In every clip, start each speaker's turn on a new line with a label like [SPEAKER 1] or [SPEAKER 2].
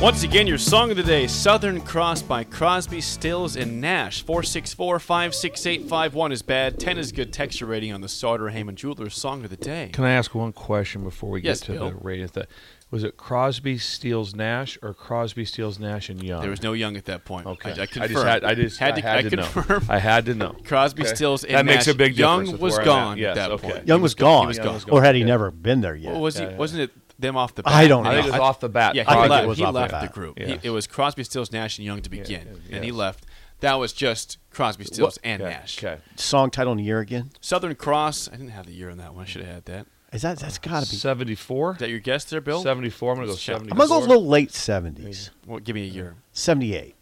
[SPEAKER 1] Once again, your song of the day, Southern Cross by Crosby, Stills, and Nash. 464 56851 is bad. 10 is good texture rating on the Sauter Heyman Jewelers song of the day.
[SPEAKER 2] Can I ask one question before we get
[SPEAKER 1] Yes,
[SPEAKER 2] to
[SPEAKER 1] Bill.
[SPEAKER 2] the rating? Th- Was it Crosby, Steals Nash, or Crosby, Steals Nash and Young?
[SPEAKER 1] There was no Young at that point.
[SPEAKER 2] Okay.
[SPEAKER 1] I, I confirmed.
[SPEAKER 2] just had. I just
[SPEAKER 1] had
[SPEAKER 2] I
[SPEAKER 1] to,
[SPEAKER 2] had to
[SPEAKER 1] confirm.
[SPEAKER 2] know. I had to know.
[SPEAKER 1] Crosby,
[SPEAKER 2] Okay.
[SPEAKER 1] Stills, and
[SPEAKER 2] that makes
[SPEAKER 1] Nash.
[SPEAKER 2] a big
[SPEAKER 1] Young
[SPEAKER 2] difference. with
[SPEAKER 1] was
[SPEAKER 2] where I'm at.
[SPEAKER 1] gone at
[SPEAKER 2] Yes,
[SPEAKER 1] that
[SPEAKER 2] okay.
[SPEAKER 1] point.
[SPEAKER 2] Yeah,
[SPEAKER 3] Young was gone,
[SPEAKER 1] was gone.
[SPEAKER 2] gone.
[SPEAKER 3] or had he never been there yet?
[SPEAKER 1] What was he? Wasn't it them off the bat?
[SPEAKER 3] I don't
[SPEAKER 2] I
[SPEAKER 3] know.
[SPEAKER 2] think it was off the bat.
[SPEAKER 1] Yeah, he
[SPEAKER 3] I think it
[SPEAKER 1] left,
[SPEAKER 3] was
[SPEAKER 1] he
[SPEAKER 3] off the
[SPEAKER 1] left the
[SPEAKER 3] bat.
[SPEAKER 1] group.
[SPEAKER 2] Yeah.
[SPEAKER 1] He- it was Crosby, Stills, Nash, and Young to begin,
[SPEAKER 2] yeah,
[SPEAKER 1] and he
[SPEAKER 2] yes.
[SPEAKER 1] left. That was just Crosby, Stills, and
[SPEAKER 2] okay.
[SPEAKER 1] Nash.
[SPEAKER 2] Okay.
[SPEAKER 3] Song title and year again?
[SPEAKER 1] Southern Cross. I didn't have the year on that one. I should have had that.
[SPEAKER 3] Is that
[SPEAKER 1] Uh,
[SPEAKER 3] that's got to be?
[SPEAKER 2] Seventy-four.
[SPEAKER 1] Is that your guess there, Bill?
[SPEAKER 2] Seventy-four. I'm gonna go
[SPEAKER 1] Let's check. I'm
[SPEAKER 3] I'm
[SPEAKER 2] seventy-four.
[SPEAKER 3] gonna go a little late seventies,
[SPEAKER 1] Well, give me a year.
[SPEAKER 3] seventy eight.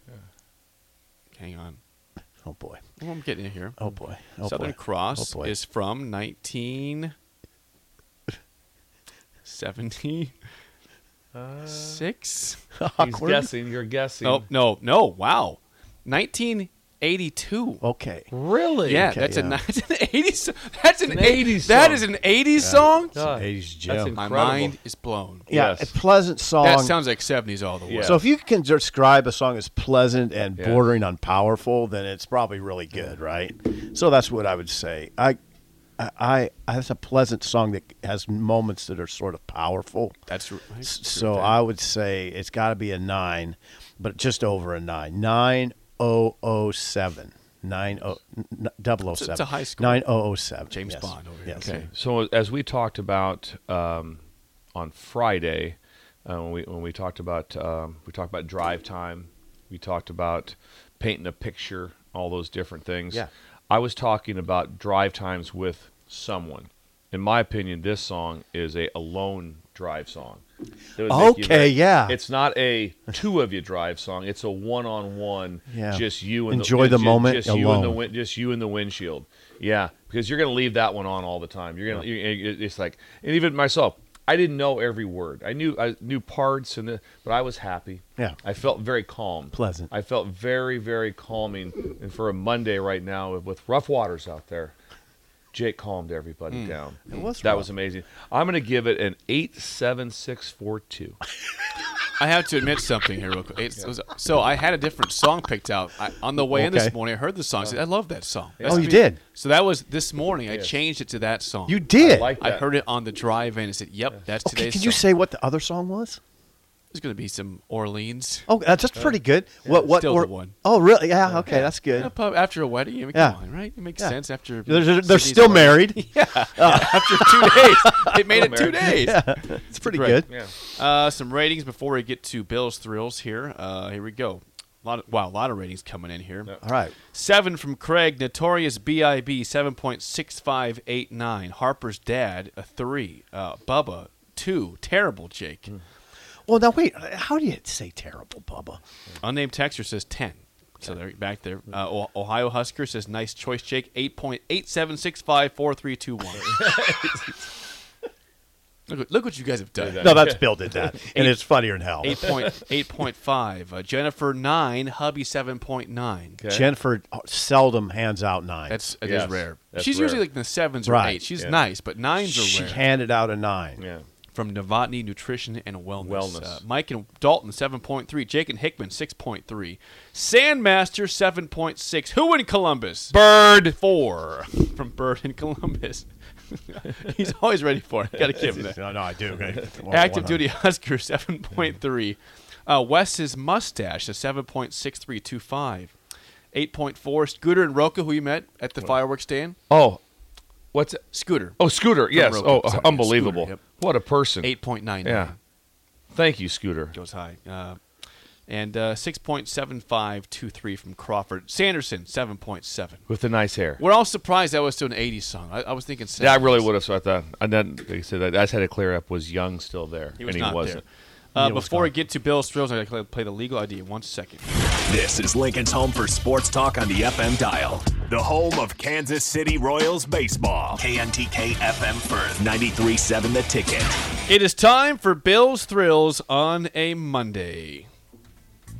[SPEAKER 1] Hang on.
[SPEAKER 3] Oh boy,
[SPEAKER 1] Well, I'm getting it here.
[SPEAKER 3] oh boy, oh
[SPEAKER 1] Mm-hmm. Southern
[SPEAKER 3] boy.
[SPEAKER 1] Cross
[SPEAKER 3] Oh, boy.
[SPEAKER 1] is from 1976.
[SPEAKER 3] Uh,
[SPEAKER 2] He's
[SPEAKER 3] Awkward.
[SPEAKER 2] guessing. You're guessing.
[SPEAKER 1] No, no, no. Wow. 1982.
[SPEAKER 3] Okay,
[SPEAKER 2] Really?
[SPEAKER 1] yeah,
[SPEAKER 3] Oh, okay,
[SPEAKER 1] that's,
[SPEAKER 3] yeah.
[SPEAKER 1] A, that's an 80s. That's an,
[SPEAKER 2] an
[SPEAKER 1] 80s.
[SPEAKER 2] 80s
[SPEAKER 1] That
[SPEAKER 2] song.
[SPEAKER 1] is an 80s song.
[SPEAKER 2] God,
[SPEAKER 3] Eighties
[SPEAKER 2] That's
[SPEAKER 3] gem.
[SPEAKER 1] My
[SPEAKER 2] incredible.
[SPEAKER 1] mind is blown.
[SPEAKER 3] yeah,
[SPEAKER 2] Yes.
[SPEAKER 3] a pleasant song.
[SPEAKER 1] That sounds like 70s all the way.
[SPEAKER 2] Yeah.
[SPEAKER 3] so if you can describe a song as pleasant and
[SPEAKER 2] Yes.
[SPEAKER 3] bordering on powerful, then it's probably really good, right? So that's what I would say. I, I, I that's a pleasant song that has moments that are sort of powerful.
[SPEAKER 1] That's r- I agree
[SPEAKER 3] S-
[SPEAKER 1] with
[SPEAKER 3] So
[SPEAKER 1] that.
[SPEAKER 3] I would say it's got to be a nine, but just over a nine. Nine oh oh seven. Nine oh n- double oh
[SPEAKER 1] It's a-
[SPEAKER 3] seven.
[SPEAKER 1] it's a high score.
[SPEAKER 3] Nine oh oh seven.
[SPEAKER 1] James Bond over here.
[SPEAKER 3] Yes.
[SPEAKER 2] Okay. So as we talked about um, on Friday, uh, when we when we talked about um, we talked about drive time, we talked about painting a picture, all those different things.
[SPEAKER 3] Yeah.
[SPEAKER 2] I was talking about drive times with someone. In my opinion, this song is a alone drive song. It would make you
[SPEAKER 3] Okay, yeah.
[SPEAKER 2] It's not a two of you drive song. It's a one on one.
[SPEAKER 3] Yeah.
[SPEAKER 2] Just you and
[SPEAKER 3] Enjoy the
[SPEAKER 2] ju-
[SPEAKER 3] moment
[SPEAKER 2] Just you and the
[SPEAKER 3] alone.
[SPEAKER 2] win- just you and the windshield. Yeah, because you're gonna leave that one on all the time. You're gonna. You, it- it's like, and even myself, I didn't know every word. I knew I knew parts and the, but I was happy.
[SPEAKER 3] Yeah.
[SPEAKER 2] I felt very calm,
[SPEAKER 3] Pleasant.
[SPEAKER 2] I felt very very calming, and for a Monday right now with rough waters out there, Jake calmed everybody down. It
[SPEAKER 3] was
[SPEAKER 2] that
[SPEAKER 3] rough.
[SPEAKER 2] was amazing. I'm gonna give it an eight seven six four two.
[SPEAKER 1] I have to admit something here, real quick. It's, So I had a different song picked out I, on the way in this
[SPEAKER 3] Okay.
[SPEAKER 1] morning. I heard the song. I said, I love that song. That's
[SPEAKER 3] Oh,
[SPEAKER 1] the
[SPEAKER 3] you
[SPEAKER 1] beat.
[SPEAKER 3] did?
[SPEAKER 1] So that was this morning. I changed it to that song.
[SPEAKER 3] You did.
[SPEAKER 2] like
[SPEAKER 1] I
[SPEAKER 2] that.
[SPEAKER 1] heard it on the drive in. I said, "Yep, that's
[SPEAKER 3] okay,
[SPEAKER 1] today's."
[SPEAKER 3] can you
[SPEAKER 1] song.
[SPEAKER 3] say what the other song was?
[SPEAKER 1] There's going to be some Orleans
[SPEAKER 3] Oh, that's that's pretty good. What what
[SPEAKER 1] Still
[SPEAKER 3] were-
[SPEAKER 1] the one.
[SPEAKER 3] Oh, really? Yeah, okay, that's good.
[SPEAKER 1] Yeah, pub- after a wedding. I mean,
[SPEAKER 3] Yeah.
[SPEAKER 1] come on, right? It makes
[SPEAKER 3] Yeah.
[SPEAKER 1] sense after.
[SPEAKER 3] They're, they're- they're
[SPEAKER 1] Sydney's
[SPEAKER 3] still
[SPEAKER 1] wedding.
[SPEAKER 3] married.
[SPEAKER 1] after two days. They made it two days.
[SPEAKER 3] It's pretty
[SPEAKER 1] Great.
[SPEAKER 3] good.
[SPEAKER 2] Yeah.
[SPEAKER 1] Uh, some ratings before we get to Bill's thrills here. Uh, here we go. A lot of, wow, a lot of ratings coming in here.
[SPEAKER 3] All right.
[SPEAKER 1] Seven from Craig, Notorious B.I.B. seven point six five eight nine. Harper's Dad a three. Uh, Bubba two. Terrible Jake.
[SPEAKER 2] Mm-hmm.
[SPEAKER 3] Well, now wait. How do you say terrible, Bubba?
[SPEAKER 1] Unnamed texter says ten. So they're back there.
[SPEAKER 2] Mm-hmm.
[SPEAKER 1] Uh, O- Ohio Husker says nice choice, Jake. Eight point eight seven six five four three two one. Look, what- look what you guys have done.
[SPEAKER 3] No, that's Bill did that, and it's funnier than hell.
[SPEAKER 1] Eight point eight point five. Uh, Jennifer nine. Hubby seven point nine.
[SPEAKER 2] Okay.
[SPEAKER 3] Jennifer uh, seldom hands out nine.
[SPEAKER 1] That's it is
[SPEAKER 2] Yes,
[SPEAKER 1] rare.
[SPEAKER 2] that's
[SPEAKER 1] She's usually
[SPEAKER 2] rare.
[SPEAKER 1] like in the sevens or
[SPEAKER 3] Right.
[SPEAKER 1] eights. She's
[SPEAKER 2] Yeah.
[SPEAKER 1] nice, but nines are
[SPEAKER 3] she
[SPEAKER 1] rare.
[SPEAKER 3] handed out a nine.
[SPEAKER 2] Yeah.
[SPEAKER 1] from Novotny Nutrition and Wellness.
[SPEAKER 2] Wellness.
[SPEAKER 1] Uh, Mike and Dalton, 7.3. Jake and Hickman, 6.3. Sandmaster, 7.6. Who in Columbus? Bird. Four from Bird in Columbus. He's always ready for it. Got to give him that.
[SPEAKER 3] No, no, I do.
[SPEAKER 1] Active duty Husker 7.3. Uh, Wes's mustache is 7.6325. 8.4 Scooter and Roca, who you met at the fireworks stand.
[SPEAKER 2] Oh, what's it?
[SPEAKER 1] Scooter,
[SPEAKER 2] Oh, Scooter. Yes.
[SPEAKER 1] Roca,
[SPEAKER 2] Oh,
[SPEAKER 1] sorry, yeah,
[SPEAKER 2] unbelievable.
[SPEAKER 1] Scooter,
[SPEAKER 2] What a person.
[SPEAKER 1] 8.9
[SPEAKER 2] Yeah. Thank you, Scooter.
[SPEAKER 1] goes high. Uh, and uh, 6.7523 from Crawford. Sanderson, 7.7.
[SPEAKER 2] With the nice hair.
[SPEAKER 1] We're all surprised that was still an 80s song. I, I was thinking 70s.
[SPEAKER 2] Yeah, I really would have thought that. And then they said that. I just had to clear up. Was Young still there?
[SPEAKER 1] He was
[SPEAKER 2] and he
[SPEAKER 1] not
[SPEAKER 2] wasn't.
[SPEAKER 1] there. Uh, before I get to Bill Strills, I gotta play the legal ID in one second.
[SPEAKER 4] This is Lincoln's home for sports talk on the FM dial.
[SPEAKER 5] The home of Kansas City Royals baseball.
[SPEAKER 4] KNTK FM Firth.
[SPEAKER 5] 93.7 The Ticket.
[SPEAKER 1] It is time for Bill's Thrills on a Monday.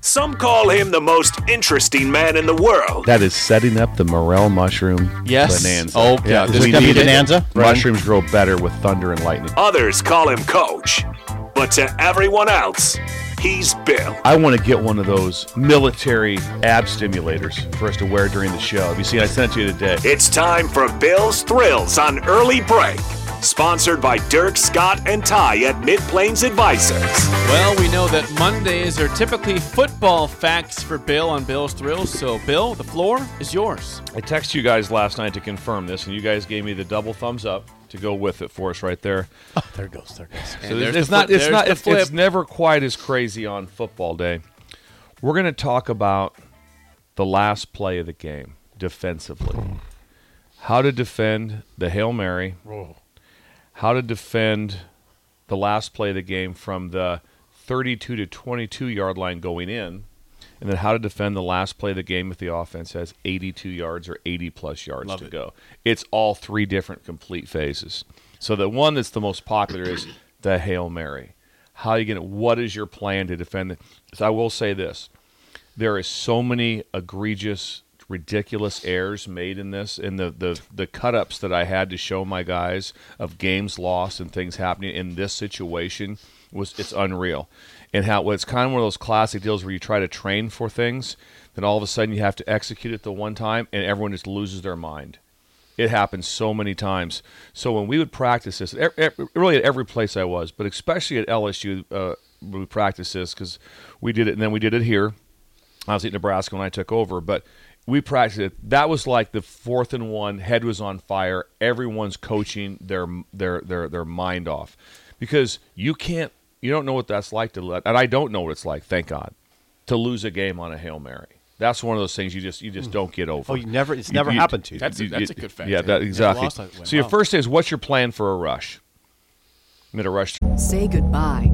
[SPEAKER 4] Some call him the most interesting man in the world.
[SPEAKER 2] That is setting up the morel mushroom
[SPEAKER 1] Yes.
[SPEAKER 2] bonanza.
[SPEAKER 1] Oh, yeah, this
[SPEAKER 2] we
[SPEAKER 1] could be
[SPEAKER 2] need it.
[SPEAKER 3] bonanza?
[SPEAKER 2] Mushrooms grow better with thunder and lightning.
[SPEAKER 4] Others call him coach. But to everyone else, he's Bill.
[SPEAKER 2] I want to get one of those military ab stimulators for us to wear during the show. Have you seen? I sent you today.
[SPEAKER 4] It's time for Bill's Thrills on Early Break. Sponsored by Dirk, Scott, and Ty at Mid Plains Advisors.
[SPEAKER 1] Well, we know that Mondays are typically football facts for Bill on Bill's Thrills, so Bill, the floor is yours.
[SPEAKER 2] I texted you guys last night to confirm this, and you guys gave me the double thumbs up to go with it for us right there.
[SPEAKER 3] There goes. There goes.
[SPEAKER 2] So
[SPEAKER 1] And
[SPEAKER 2] there's,
[SPEAKER 1] there's
[SPEAKER 2] it's
[SPEAKER 1] the
[SPEAKER 2] not.
[SPEAKER 1] flip-
[SPEAKER 2] It's
[SPEAKER 1] there's
[SPEAKER 2] not.
[SPEAKER 1] the
[SPEAKER 2] It's, it's
[SPEAKER 1] flip.
[SPEAKER 2] never quite as crazy on football day. We're going to talk about the last play of the game defensively. How to defend the hail mary. How to defend the last play of the game from the 32 to 22 yard line going in. And then how to defend the last play of the game if the offense has 82 yards or 80 plus yards to go. It's all three different complete phases. So the one that's the most popular is the Hail Mary. How are you going to, what is your plan to defend it? So I will say this there is so many egregious ridiculous errors made in this and the, the the cut-ups that i had to show my guys of games lost and things happening in this situation was it's unreal and how it's kind of one of those classic deals where you try to train for things then all of a sudden you have to execute it the one time and everyone just loses their mind it happens so many times. So when we would practice this, e- e- really at every place I was, but especially at LSU, uh, we would practice this because we did it, and then we did it here. I was at Nebraska when I took over, but we practiced it. That was like the fourth and one. Head was on fire. Everyone's coaching their their their their mind off because you can't. You don't know what that's like to let, and I don't know what it's like. Thank God, to lose a game on a hail mary. That's one of those things you just you just don't get over.
[SPEAKER 3] Oh, you never. It's never happened to you.
[SPEAKER 1] That's a- that's a good fact.
[SPEAKER 2] Yeah, that,
[SPEAKER 1] Never
[SPEAKER 2] exactly.
[SPEAKER 1] lost that way.
[SPEAKER 2] So your
[SPEAKER 1] Wow.
[SPEAKER 2] first thing is what's your plan for a rush? I'm gonna rush.
[SPEAKER 6] Say goodbye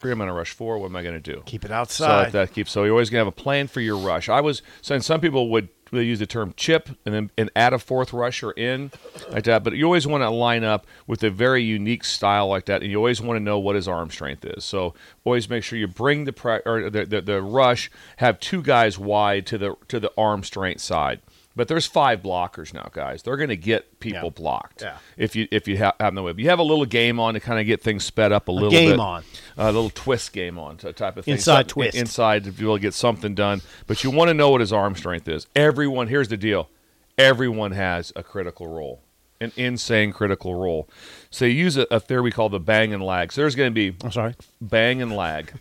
[SPEAKER 2] three. I'm gonna rush four. What am I gonna do?
[SPEAKER 3] Keep it
[SPEAKER 2] So
[SPEAKER 3] outside.
[SPEAKER 2] that keeps. So you're always gonna have a plan for your rush. I was saying some people would they use the term chip and then and add a fourth rusher in like that. But you always want to line up with a very unique style like that, and you always want to know what his arm strength is. So always make sure you bring the pre- or the, the the rush have two guys wide to the to the arm strength side. But there's five blockers now, guys. They're going to get people blocked
[SPEAKER 3] Yeah.
[SPEAKER 2] if you if you ha- have no way. But you have a little game on to kind of get things sped up a little
[SPEAKER 3] game
[SPEAKER 2] bit.
[SPEAKER 3] on.
[SPEAKER 2] a little twist game on t- type of thing.
[SPEAKER 3] Inside
[SPEAKER 2] Something-
[SPEAKER 3] twist.
[SPEAKER 2] inside to be able to get something done. But you want to know what his arm strength is. Everyone, here's the deal: everyone has a critical role, an insane critical role. So you use a, a theory we call the bang and lag. So there's going to be
[SPEAKER 3] I'm sorry.
[SPEAKER 2] bang and lag.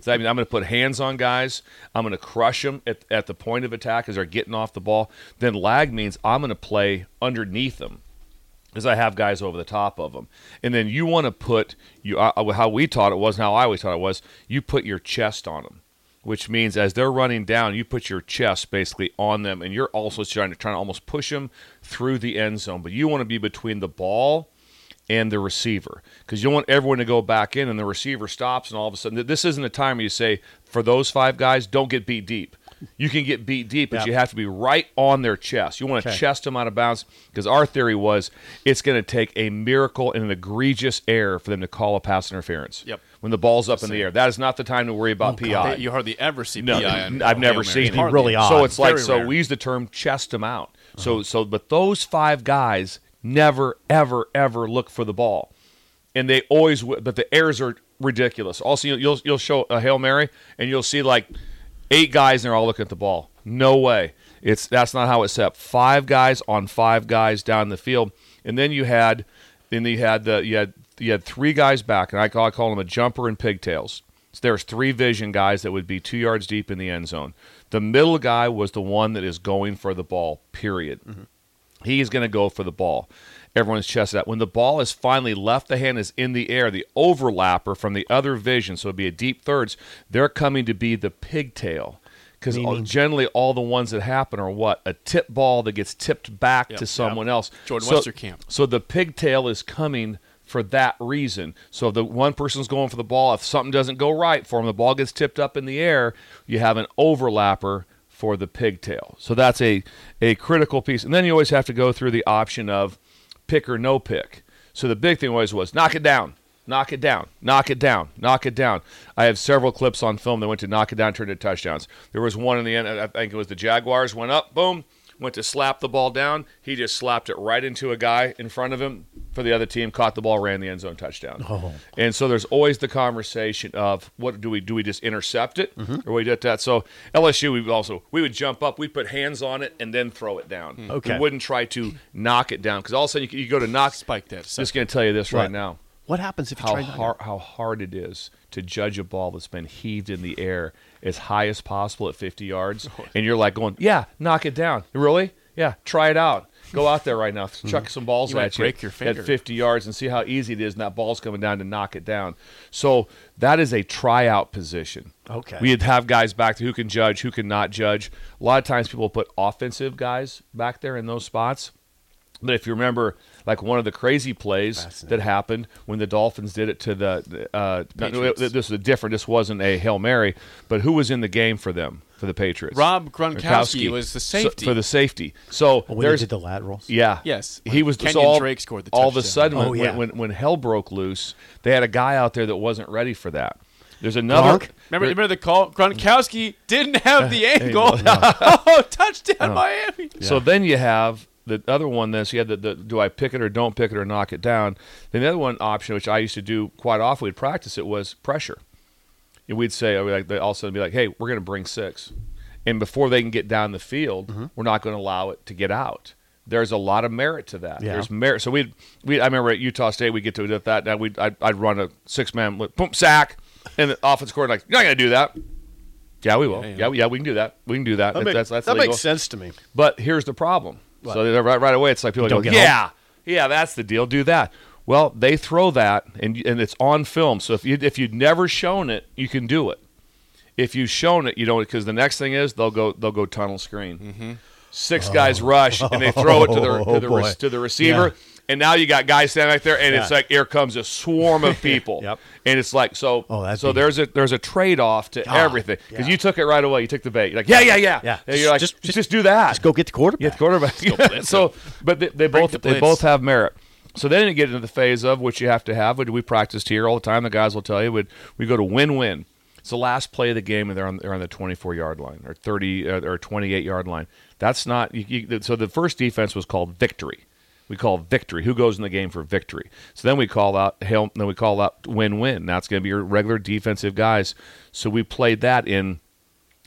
[SPEAKER 2] So that means I'm going to put hands on guys. I'm going to crush them at, at the point of attack as they're getting off the ball. Then lag means I'm going to play underneath them because I have guys over the top of them. And then you want to put you I, I- how we taught it was, and how I always taught it was, you put your chest on them, which means as they're running down, you put your chest basically on them, and you're also trying to trying to almost push them through the end zone. But you want to be between the ball and the receiver because you don't want everyone to go back in and the receiver stops and all of a sudden this isn't a time where you say for those five guys don't get beat deep You can get beat deep, but
[SPEAKER 3] Yep.
[SPEAKER 2] you have to be right on their chest. You want to
[SPEAKER 3] Okay.
[SPEAKER 2] chest them out of bounds because our theory was it's going to take a miracle and an egregious error for them to call a pass interference.
[SPEAKER 1] Yep. Oh,
[SPEAKER 2] When the ball's up in the air, that is not the time to worry about PI.
[SPEAKER 1] They- you hardly ever see
[SPEAKER 2] No,
[SPEAKER 1] PI. on
[SPEAKER 2] I've
[SPEAKER 1] Hail
[SPEAKER 2] never
[SPEAKER 1] Marys.
[SPEAKER 2] seen it.
[SPEAKER 1] Hardly.
[SPEAKER 3] Really odd.
[SPEAKER 2] So it's like
[SPEAKER 1] Very
[SPEAKER 2] so
[SPEAKER 1] rare.
[SPEAKER 2] we use the term chest them out. So so but those five guys never ever ever look for the ball, and they always w- but the errors are ridiculous. Also you'll you'll, you'll show a hail mary and you'll see like eight guys and they're all looking at the ball. No way. It's that's not how it's set. up. Five guys on five guys down the field, and then you had then you had the you had you had three guys back, and I call I call them a jumper and pigtails. So there's three vision guys that would be two yards deep in the end zone. The middle guy was the one that is going for the ball. Period. He is going to go for the ball. Everyone's chest out. When the ball is finally left, the hand is in the air. The overlapper from the other vision, so it'd be a deep thirds. They're coming to be the pigtail because generally all the ones that happen are what a tip ball that gets tipped back to someone else.
[SPEAKER 1] Jordan
[SPEAKER 2] so,
[SPEAKER 1] Westerkamp.
[SPEAKER 2] So the pigtail is coming for that reason. So if the one person's going for the ball, if something doesn't go right for him, the ball gets tipped up in the air. You have an overlapper for the pigtail. So that's a a critical piece. And then you always have to go through the option of pick or no pick. So the big thing always was knock it down. Knock it down. Knock it down. Knock it down. I have several clips on film that went to knock it down, turned into touchdowns. There was one in the end. I think it was the Jaguars went up, boom, went to slap the ball down. He just slapped it right into a guy in front of him for the other team. Caught the ball, ran the end zone touchdown. And so there's always the conversation of what do we do? We just intercept it, or we did that. So LSU, we also we would jump up, we put hands on it, and then throw it down.
[SPEAKER 3] Okay.
[SPEAKER 2] we wouldn't try to knock it down because all of a sudden you, you go to knock.
[SPEAKER 1] Spike that
[SPEAKER 2] Just going to tell you this right
[SPEAKER 3] What?
[SPEAKER 2] now
[SPEAKER 3] What happens if you
[SPEAKER 2] how
[SPEAKER 3] try
[SPEAKER 2] hard how hard it is to judge a ball that's been heaved in the air as high as possible at 50 yards, and you're like going, yeah, knock it down. Really? Yeah, try it out. Go out there right now, chuck some balls
[SPEAKER 1] You might
[SPEAKER 2] at you
[SPEAKER 1] break your finger.
[SPEAKER 2] at 50 yards and see how easy it is, and that ball's coming down to knock it down. So that is a tryout position.
[SPEAKER 3] Okay.
[SPEAKER 2] We have guys back who can judge, who can not judge. A lot of times people put offensive guys back there in those spots. But if you remember, like one of the crazy plays that happened when the Dolphins did it to the, uh, no, no,
[SPEAKER 1] Patriots.
[SPEAKER 2] this was different. This wasn't a hail mary, but who was in the game for them for the Patriots?
[SPEAKER 1] Rob Gronkowski was the
[SPEAKER 2] So-
[SPEAKER 1] safety.
[SPEAKER 2] for the safety. So
[SPEAKER 3] Oh, When
[SPEAKER 2] there's
[SPEAKER 3] they did the laterals?
[SPEAKER 2] yeah.
[SPEAKER 1] Yes.
[SPEAKER 2] He was
[SPEAKER 1] Kenyon
[SPEAKER 2] so all,
[SPEAKER 1] Drake scored the
[SPEAKER 2] All of a
[SPEAKER 1] touchdown.
[SPEAKER 2] sudden,
[SPEAKER 3] Oh,
[SPEAKER 2] when,
[SPEAKER 3] yeah.
[SPEAKER 2] when, when hell broke loose, they had a guy out there that wasn't ready for that. There's another.
[SPEAKER 3] Gronk?
[SPEAKER 1] Remember, remember the call? Gronkowski didn't have the angle. oh, touchdown, Miami.
[SPEAKER 2] So then you have the other one that's you had the, the do I pick it or don't pick it or knock it down. Then the other one option, which I used to do quite often, we'd practice it was pressure. And we'd say, I would like, they'd all of a sudden be like, hey, we're going to bring six. And before they can get down the field,
[SPEAKER 3] Mm-hmm.
[SPEAKER 2] we're not going to allow it to get out. There's a lot of merit to that.
[SPEAKER 3] Yeah.
[SPEAKER 2] There's merit. So we, we, I remember at Utah State, we get to do that. Now we, I'd, I'd run a six man, boom, sack, and the offense coordinator like, you're not going to do that. Yeah, we will. Yeah, yeah. we can do that. We can do that.
[SPEAKER 3] That, make-
[SPEAKER 2] that's, that's
[SPEAKER 3] that
[SPEAKER 2] legal.
[SPEAKER 3] makes sense to me.
[SPEAKER 2] But here's the problem. So they're right, right away, it's like people
[SPEAKER 3] Don't
[SPEAKER 2] go,
[SPEAKER 3] get
[SPEAKER 2] yeah, yeah, that's the deal. Do that. Well, they throw that, and and it's on film. So if you if you'd never shown it, you can do it. If you've shown it, you don't. Because the next thing is they'll go they'll go tunnel screen. Six guys rush and they throw it to the to the,
[SPEAKER 3] Mm-hmm. Oh,
[SPEAKER 2] re-
[SPEAKER 3] boy.
[SPEAKER 2] to the receiver. And now you got guys standing back there, and it's
[SPEAKER 3] Yeah.
[SPEAKER 2] like here comes a swarm of people,
[SPEAKER 3] Yep.
[SPEAKER 2] and it's like so.
[SPEAKER 3] Oh, that'd
[SPEAKER 2] so
[SPEAKER 3] be-
[SPEAKER 2] there's a there's a trade off to everything because
[SPEAKER 3] yeah.
[SPEAKER 2] you took it right away. You took the bait. You're like yeah, yeah, yeah,
[SPEAKER 3] Yeah.
[SPEAKER 2] And you're like
[SPEAKER 3] Just-
[SPEAKER 2] just,
[SPEAKER 3] just-
[SPEAKER 2] just do that.
[SPEAKER 3] Just go get the quarterback.
[SPEAKER 2] Yeah, the quarterback. so, but they, they both
[SPEAKER 1] the
[SPEAKER 2] they
[SPEAKER 1] blitz.
[SPEAKER 2] both have merit. So then you get into the phase of which you have to have, which we practiced here all the time. The guys will tell you, would we go to win-win? It's the last play of the game, and they're on they're on the 24 yard line or 30 uh, or 28 yard line. That's not you, you, so. The first defense was called victory. We call victory. Who goes in the game for victory? So then we call out hail. Then we call out win-win. That's going to be your regular defensive guys. So we played that in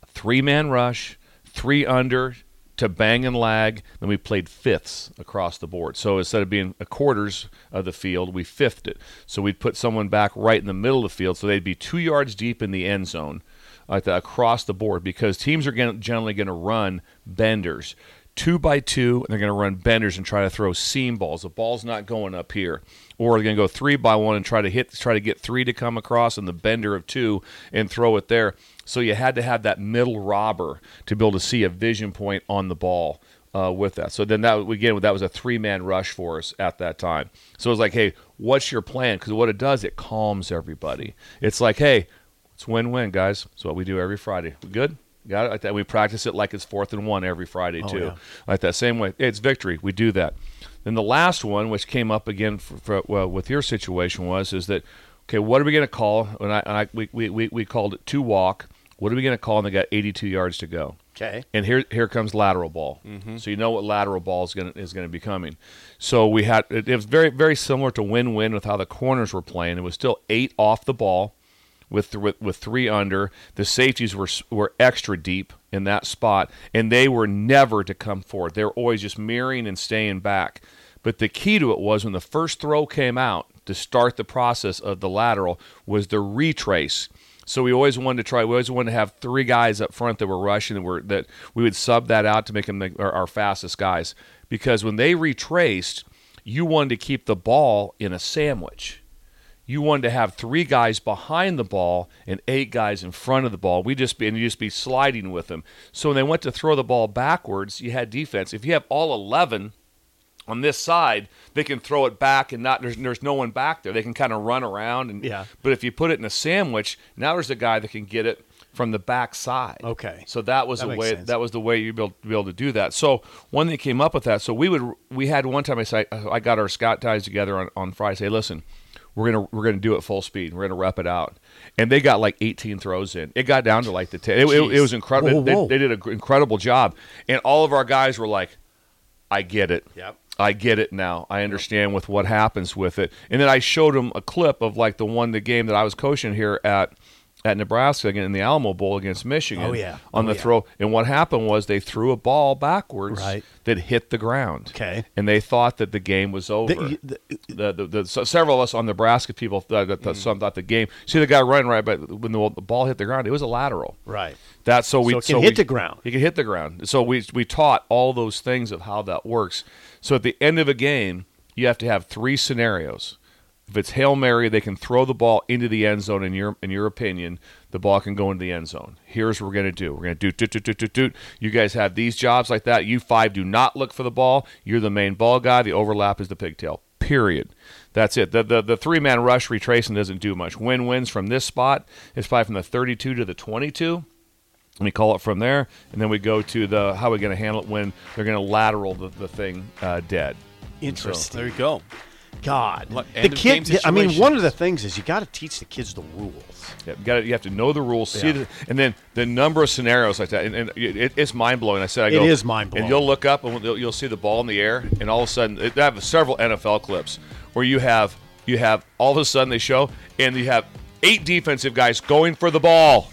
[SPEAKER 2] three man rush, three under to bang and lag. Then we played fifths across the board. So instead of being a quarters of the field, we fifth it. So we'd put someone back right in the middle of the field. So they'd be two yards deep in the end zone like that, across the board because teams are gonna, generally going to run benders. Two by two, and they're going to run benders and try to throw seam balls. The ball's not going up here, or they're going to go three by one and try to hit, try to get three to come across, and the bender of two and throw it there. So you had to have that middle robber to be able to see a vision point on the ball uh, with that. So then that again, that was a three man rush for us at that time. So it was like, hey, what's your plan? Because what it does, it calms everybody. It's like, hey, it's win win, guys. It's what we do every Friday. We good? Got it like that. We practice it like it's fourth and one every Friday too,
[SPEAKER 3] Oh, yeah.
[SPEAKER 2] like that. Same way, it's victory. We do that. Then the last one, which came up again for, for, well, with your situation, was is that okay? What are we going to call? And I, and I we, we, we, we called it two walk. What are we going to call? And they got 82 yards to go.
[SPEAKER 3] Okay. Mm-hmm.
[SPEAKER 2] And here here comes lateral ball. So you know what lateral ball is going to is going to be coming. So we had it, it was very very similar to win win with how the corners were playing. It was still eight off the ball with th- with, with three under. The safeties were s- were extra deep in that spot, and they were never to come forward. They were always just mirroring and staying back. But the key to it was when the first throw came out to start the process of the lateral was the retrace. So we always wanted to try. We always wanted to have three guys up front that were rushing that were that we would sub that out to make them the, our, our fastest guys because when they retraced, you wanted to keep the ball in a sandwich you wanted to have three guys behind the ball and eight guys in front of the ball. We just be and you just be sliding with them. So when they went to throw the ball backwards, you had defense. If you have all eleven on this side, they can throw it back and not there's there's no one back there. They can kind of run around and
[SPEAKER 3] Yeah.
[SPEAKER 2] But if you put it in a sandwich, now there's a guy that can get it from the back side.
[SPEAKER 3] Okay.
[SPEAKER 2] So that was
[SPEAKER 3] That
[SPEAKER 2] the
[SPEAKER 3] makes
[SPEAKER 2] way
[SPEAKER 3] sense.
[SPEAKER 2] that was the way you build be able to do that. So one that came up with that. So we would we had one time I said I got our scout guys together on on Friday. Say listen, we're gonna we're gonna do it full speed. We're gonna rep it out, and they got like 18 throws in. It got down to like the 10. It, it, it was incredible.
[SPEAKER 3] Whoa, whoa.
[SPEAKER 2] They, they did an incredible job, and all of our guys were like, I get it.
[SPEAKER 3] Yep.
[SPEAKER 2] I get it now. I understand with what happens with it. And then I showed him a clip of like the one the game that I was coaching here at at Nebraska again in the Alamo Bowl against Michigan.
[SPEAKER 3] Oh, yeah.
[SPEAKER 2] On
[SPEAKER 3] Oh,
[SPEAKER 2] the
[SPEAKER 3] yeah.
[SPEAKER 2] throw. And what happened was they threw a ball backwards
[SPEAKER 3] Right.
[SPEAKER 2] that hit the ground.
[SPEAKER 3] Okay.
[SPEAKER 2] And they thought that the game was over.
[SPEAKER 3] you- the- Mm.
[SPEAKER 2] The- the- the- so several of us on Nebraska people thought, that that some thought the game. See the guy running right, but when the, the ball hit the ground, it was a lateral.
[SPEAKER 3] Right.
[SPEAKER 2] That's so we
[SPEAKER 3] So it can hit
[SPEAKER 2] we-
[SPEAKER 3] the ground.
[SPEAKER 2] It can hit the ground. So we we taught all those things of how that works. So at the end of a game, you have to have three scenarios. If it's hail mary, they can throw the ball into the end zone. In your in your opinion, the ball can go into the end zone. Here's what we're gonna do. We're gonna do doot doot doot doot doot. You guys have these jobs like that. You five do not look for the ball. You're the main ball guy. The overlap is the pigtail. Period. That's it. The the, the three man rush retracing doesn't do much. Win wins from this spot is probably from the 32 to the 22 and we call it from there, and then we go to the how are we going to handle it when they're going to lateral the, the thing uh, dead.
[SPEAKER 3] Interesting.
[SPEAKER 1] There you go.
[SPEAKER 3] God.
[SPEAKER 1] Look,
[SPEAKER 3] the
[SPEAKER 1] end of game
[SPEAKER 3] kid, I mean, one of
[SPEAKER 1] situations.
[SPEAKER 3] the things is you got to teach the kids the rules.
[SPEAKER 2] Yeah, you, gotta, you have to know the rules, see
[SPEAKER 3] Yeah.
[SPEAKER 2] the, and then the number of scenarios like that, and, and it, it's mind blowing. I said, I
[SPEAKER 3] It
[SPEAKER 2] go,
[SPEAKER 3] is mind-blowing.
[SPEAKER 2] And you'll look up and you'll, you'll see the ball in the air, and all of a sudden, it- I have several NFL clips where you have you have all of a sudden they show, and you have eight defensive guys going for the ball.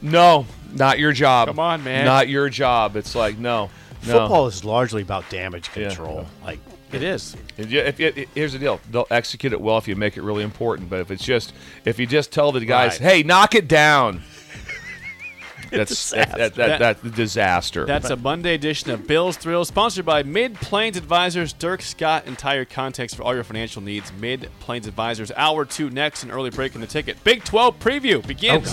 [SPEAKER 2] No, not your job.
[SPEAKER 1] Come on, man.
[SPEAKER 2] Not your job. It's like no, no.
[SPEAKER 3] Football is largely about damage control. Like,
[SPEAKER 1] It is.
[SPEAKER 2] If you- if- if- here's the deal: they'll execute it well if you make it really important. But if it's just if you just tell the guys,
[SPEAKER 3] Right.
[SPEAKER 2] "Hey, knock it down," that's that, that, that,
[SPEAKER 1] That-
[SPEAKER 2] that's a disaster.
[SPEAKER 1] That's a Monday edition of Bill's Thrill, sponsored by Mid Plains Advisors. Dirk Scott, entire context for all your financial needs. Mid Plains Advisors, hour two next, an early break in the ticket. Big 12 preview begins.